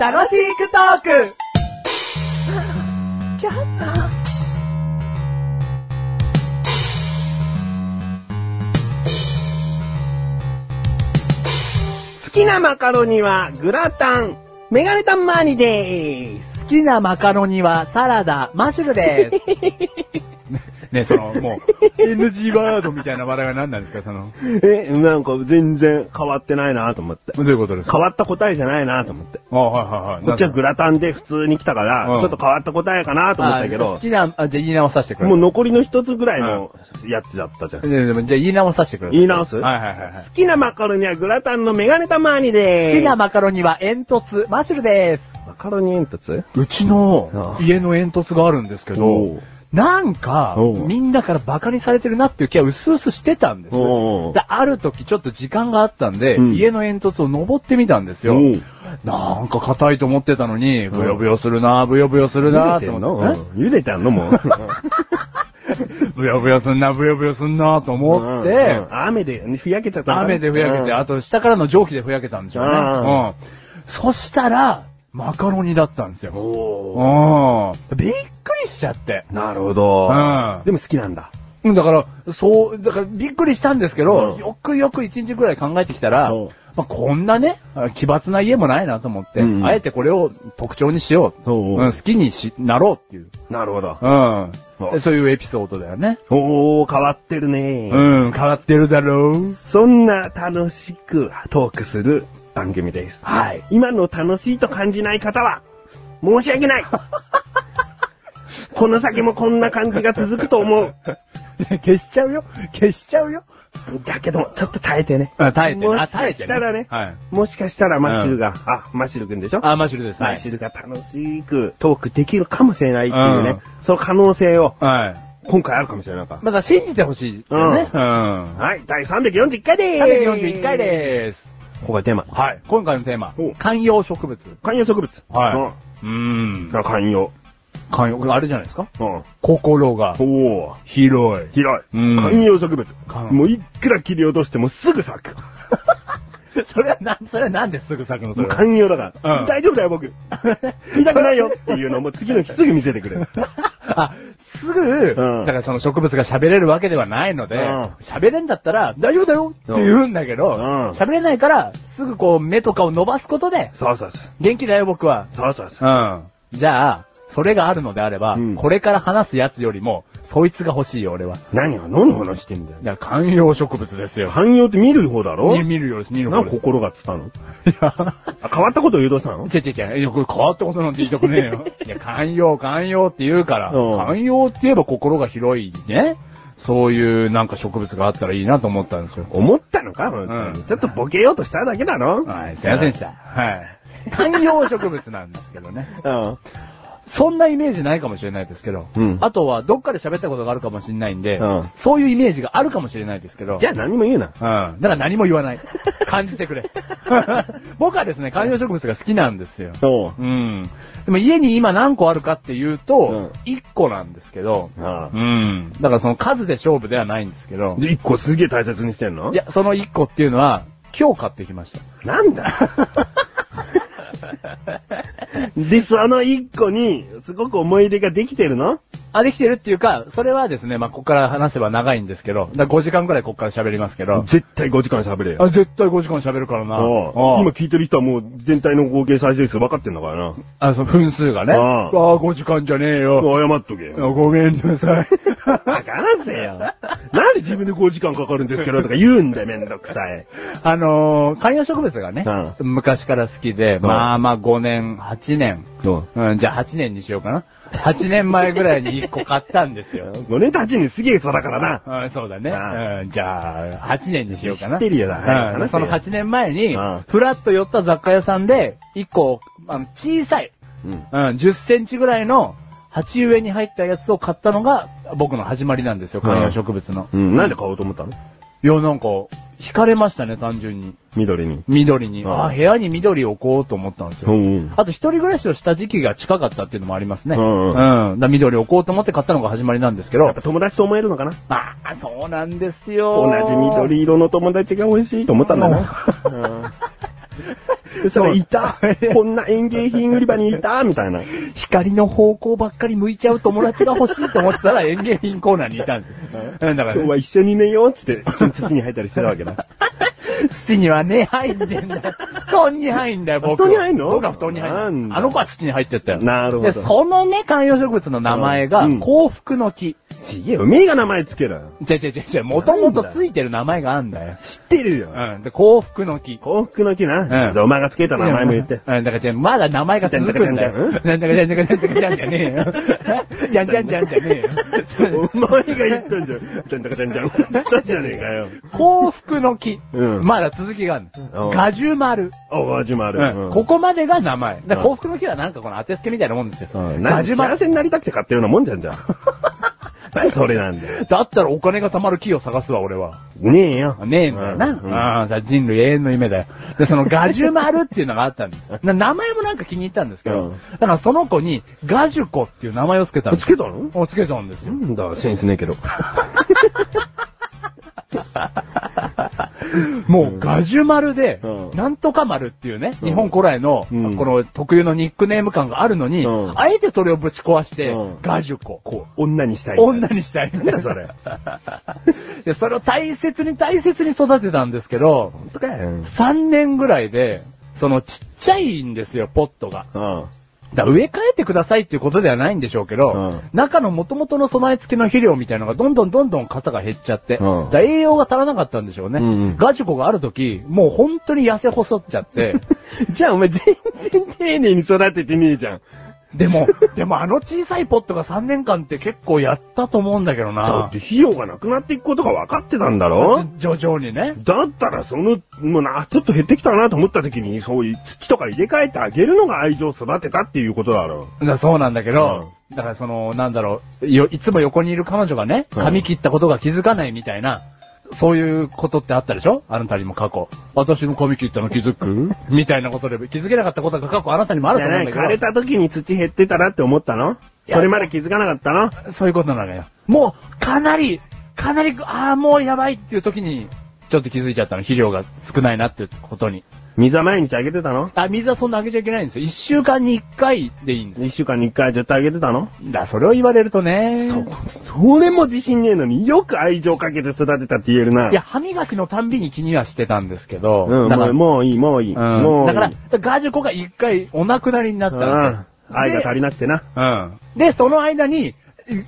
楽しくトーク好きなマカロニはグラタン、メガネタンマーニでーす。好きなマカロニはサラダ、マッシュルです。ね、その、もう、NG ワードみたいな話題は何なんですか、その。え、なんか全然変わってないなと思って。どういうことです変かわった答えじゃないなと思って。あはいはいはい。こっちはグラタンで普通に来たから、うんちょっと変わった答えかなと思ったけあど好、きな、あじゃあ言い直させてくれ。もう残りの一つぐらいのやつだったじゃん。ねでもじゃあ言い直させてくれ。言い直す、はいはいはいはい好。きなマカロニはグラタンのメガネタマーニでーす。好きなマカロニは煙突、マッシュルです。マカロニ煙突うちのああ家の煙突があるんですけおどう、なんかおう、みんなからバカにされてるなっていう気はうすうすしてたんです。おうである時ちょっと時間があったんで、うん家の煙突を登ってみたんですよ。なんか硬いと思ってたのに、ブヨブヨするな、ブヨブヨするな、茹とでてん思のって。え茹でてんの もう。ブヨブヨすんな、ブヨブヨすんな、と思っうんてう、ん雨で、ふやけちゃったのかな雨でふやけて、うんあと下からの蒸気でふやけたんでしょうね。ううんん。そしたら、マカロニだったんですよ。おうん。びっくりしちゃって。ーなるほどうんでも好きなんだ。うんだから、そう、だからびっくりしたんですけど、うんよくよく一日ぐらい考えてきたら、うんまあ、こんなね、あ奇抜な家もないなと思って、うんあえてこれを特徴にしよう。おうおううん好きにしなろうっていう。なるほど。うんうんそういうエピソードだよね。おー、変わってるね、うん、変わってるだろう。そんな楽しくトークする番組です。はい。今の楽しいと感じない方は、申し訳ない この先もこんな感じが続くと思う。消しちゃうよ。消しちゃうよ。だけど、ちょっと耐えてね。あ耐えてね。もあ、しか耐えしてたらね、はい。もしかしたらマッシュルが、あ、マッシュルくんでしょあ、マシュルです。マはッいシ。ュルが楽しくトークできるかもしれないっていうね、うその可能性をはい。今回あるかもしれないから。まだ信じてほしいですよね。うん。はい、第341回でーす。 341回でーす。ここがテーマ。はい。今回のテーマお、観葉植物。観葉植物。はいうーんうん。。観葉。観葉、あれじゃないですかうん。心がおー、広い。広い。うん観葉植物。観もういくら切り落としてもすぐ咲く。 それはな、それはなんですぐ咲くの そもうれは。観葉だから。うん大丈夫だよ、 僕。見たくないよっていうのをもう次の日すぐ見せてくれる。あ、すぐ、だからその植物が喋れるわけではないのでうん、喋れんだったら大丈夫だよって言うんだけどん、喋れないから、すぐこう目とかを伸ばすことで、 そうそうそう。元気だよ僕は。そうそうそう。うん。じゃあ、それがあるのであれば、うんこれから話すやつよりも、そいつが欲しいよ俺は。 何が、何の話してんだよ。だから観葉植物ですよ。観葉って見る方だろ見見るようです、見るな方んかです。心がつったのいやあ、変わったことを誘導したのちぇちぇちぇ、いや、これ変わったことなんて言いたく ねえよ。いや、寛容、寛容って言うから、うん寛容って言えば心が広いね。そういうなんか植物があったらいいなと思ったんですよ。思ったのか、本うん当にちょっとボケようとしただけだろはい、すいませんでした。はい。観葉植物なんですけどね。うん。そんなイメージないかもしれないですけど、うんあとはどっかで喋ったことがあるかもしれないんで、うんそういうイメージがあるかもしれないですけど、じゃあ何も言うな。うん。だから何も言わない。感じて くれ。僕はですね、観葉植物が好きなんですよ。そう。うん。でも家に今何個あるかっていうと、う1個なんですけど、あうん。だからその数で勝負ではないんですけどあ。、で、一個すげえ大切にしてんのいや、その1個っていうのは、今日買ってきました。なんだよで、その一個に、すごく思い入れができてるのあ、できてるっていうか、それはですね、まあ、ここから話せば長いんですけど、だ5時間くらいここから喋りますけど、絶対5時間喋れよ。あ絶対5時間喋るからな。ああ今今、聞いてる人はもう全体の合計再生数分かってんだからな。あ、その分数がね。あああ、5時間じゃねえよ。謝っとけよ。あごめんなさ い。わからせよ。なんで自分で5時間かかるんですけどとか言うんだよ、めんどくさい。あのー、観葉植物がね、昔から好きで、んまあまあ5年、8年、そう。うん、じゃあ8年にしようかな。8年前ぐらいに1個買ったんですよ。 5年たちにすげえ差だからな。うん、そうだね。あうん、じゃあ、8年にしようかな。知ってるよだからうん話せそよの8年前にうん、ふらっと寄った雑貨屋さんで、1個、あの小さい、うん。うん、10センチぐらいの鉢植えに入ったやつを買ったのが、僕の始まりなんですよ、観葉植物の。うん。なんで買おうと思ったのいや、なんか、惹かれましたね、単純に。緑に。緑に。うんあ、部屋に緑を置こうと思ったんですよ。ん。あと一人暮らしをした時期が近かったっていうのもありますね。うんうんだから緑を置こうと思って買ったのが始まりなんですけやっどぱ。友達と思えるのかなまあ、そうなんですよ。同じ緑色の友達が美味しいと思ったんだな。 そしたら、いたこんな園芸品売り場にいたみたい な。光の方向ばっかり向いちゃう友達が欲 しいと思ってたら園芸品コーナーにい たんですよ。うんだから、今日は一緒に寝ようっつって、一緒に筒に入ったりしてたわけ だ。土にはね、入ってんだよ。布団に入んだよ、僕。布団に入んの僕は布団に入なんんだだ。あの子は土に入ってったよ。なるほどで、そのね、観葉植物の名前がうん、幸福の木。ちげえよ、めが名前つけろよ。違う違う違う違う、もともとついてる名前があんだよ。知ってるよ。うん。で、幸福の木。幸福の木な。うんでお前がつけた名前も言 って。うん、だからじゃあまだ名前が続くんだよ。なんだなんだかじゃんだかじゃんだかじゃんじゃねえよ。じゃんじゃんじゃんじゃねえ よ。お前が言ったんじゃん。じゃんだかじゃんじゃん。つったじゃねえかよ。幸福の木。うんまだ続きがあるうんの。ガジュマル。おお、始まる。ここまでが名前。だからうん幸福の木はなんかこの当てつけみたいなもんですよ。なガジュマ幸ル。せになりたくて買ったようなもんじゃんじゃん。何それなんだよ。だったらお金が貯まる木を探すわ、俺は。ねえよ。ねえんだよな。うんうんああ、さ人類永遠の夢だよ。で、そのガジュマルっていうのがあったんです。 な名前もなんか気に入ったんですけど、うんだからその子にガジュコっていう名前を付けたんですつ。けたのおつけたんですなよ。んだ、センスねえけど。もうガジュマルでうん、なんとか丸っていうね、うん日本古来の、こうんの特有のニックネーム感があるのにうん、あえてそれをぶち壊してうん、ガジュコ。こ女にしたい。う、女にしたいみたいなんだそな。れ。で、それを大切に大切に育てたんですけど、本当かよ。うん。 3年ぐらいで、そのちっちゃいんですよ、ポットが。だから植え替えてくださいっていうことではないんでしょうけど、うん中の元々の備え付けの肥料みたいのがどんどんどんどん傘が減っちゃって、うんだから栄養が足らなかったんでしょうね。うんうんガジュコがある時、もう本当に痩せ細っちゃって、じゃあお前全然丁寧に育ててねえじゃん。でも、でもあの小さいポットが3年間って結構やったと思うんだけだどっなて。費用がなくなっていくことが分かってたんだろ徐々にね。だったらその、もうな、ちょっと減ってきたなと思った時に、そういう土とか入れ替えてあげるのが愛情を育てたっていうことだろだそうなんだけど、だからその、なんだろう、よ、いつも横にいる彼女がね、うん髪切ったことが気づかないみたいな、そういうことってあったでしょあなたにも過去。私の髪切ったの気づくみたいなことで気づけなかったことが過去あなたにもあう。るじゃとあ思うんね、だ枯れけた時に土減ってたなって思ったのそれまで気づかなかったのど、そういうことなのよ。もう、かなり、かなり、ああ、もうやばいっていう時に、ちょっと気づいちゃったの。肥料が少ないなっていうことに。水は毎日あげてたのあ、水はそんなあげちゃいけないんですよ。一週間に一回でいいんですよ。一週間に一回絶対あげてたのだ、それを言われるとね。そう。それも自信ねえのによく愛情かけて育てたって言えるな。いや、、歯磨きのたんびに気にはしてたんですけど、うん、だかもら、うもういい、もういい。うんもういいだから、ガジュコが一回お亡くなりになったんうん、愛が足りなくてな。ですよ。うん。で、その間に、い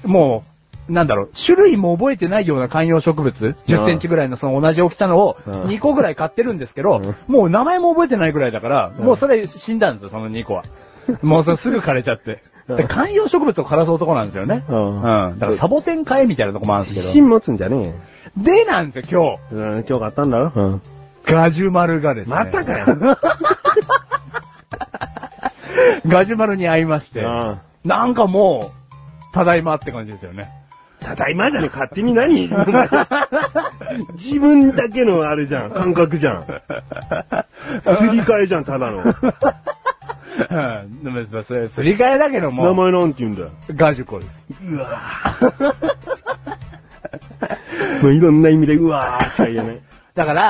もう、なんだろう、種類も覚えてないような観葉植物、10センチぐらいのその同じ大きさのをうん2個ぐらい買ってるんですけど、うもう名前も覚えてないぐらいだから、もうそれ死んだんですよ、その2個は。もうそれすぐ枯れちゃって。うんで観葉植物を枯らす男なんですよね。うんうん。だからサボテン買えみたいなとこもあるんで自すけど。信持つんじゃねでなんですよ、えよ。うん、今日買ったんだろうん。今日。ガジュマルがですね。またかよ。ガジュマルに会いまして、うんなんかもう、ただいまって感じですよね。ただいまじゃねえ、勝手に 何自分だけのあれじゃん、感覚じゃん。すり替えじゃん、ただの。うんでも、それ、すり替えだけど名も、前なんて言うんだよ。ガジュコです。うわ ぁ。もういろんな意味で、うわぁ、しか言えない。だから、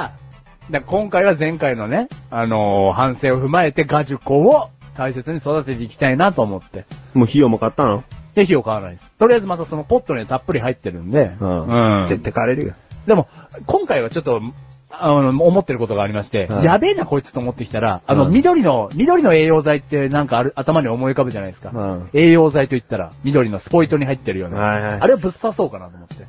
だから今回は前回のね、あのー反省を踏まえてガジュコを大切に育てていきたいなと思って。もう費用も買ったので、火を買わないです。とりあえずまたそのポットにたっぷり入ってるんで、うん絶対買われるよ。でも、今回はちょっと、あの、思ってることがありまして、はいやべえなこいつと思ってきたら、あの、うん緑の、緑の栄養剤ってなんかある、頭に思い浮かぶじゃないですか。うん栄養剤と言ったら、緑のスポイトに入ってるような。はいはいあれをぶっ刺そうかなと思って。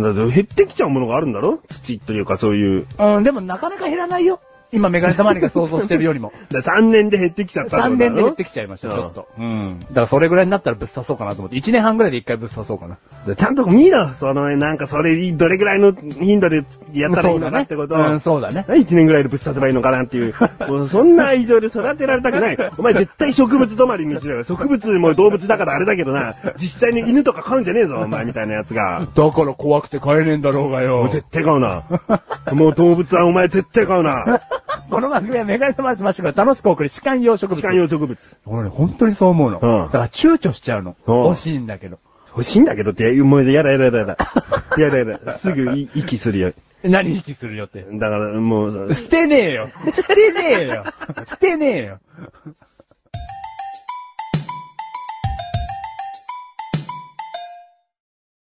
だって減ってきちゃうものがあるんだろ土というかそういう。うん、でもなかなか減らないよ。今メガネたまりが想像してるよりも。だ3年で減ってきちゃったってこと3だ年で減ろってきちゃいました、うんちょっと。うん。だからそれぐらいになったらぶっ刺そうかなと思って、1年半ぐらいで1回ぶっ刺そうかな。ちゃんと見ろ、その、なんかそれ、どれぐらいの頻度でやったらいいのかってことを。うん、そうだね。一年ぐらいでぶっ刺せばいいのかなっていう。もうそんな愛情で育てられたくない。お前絶対植物止まりにしろよ。植物も動物だからあれだけどな。実際に犬とか飼うんじゃねえぞ、お前みたいなやつが。だから怖くて買えねえんだろうがもよう。絶対飼うな。もう動物はお前絶対飼うな。 この番組はメガネたまりとましてから楽しく送る痴漢養殖物。痴漢用植物。俺ね、本当にそう思うの。うんだから躊躇しちゃうの。うん欲しいんだけど。欲しいんだけどって、もうやだやだやだやだ。やだやだ。すぐい息するよ。何息するよって。だからもう、捨てねえよ捨てねえよ捨てねえよ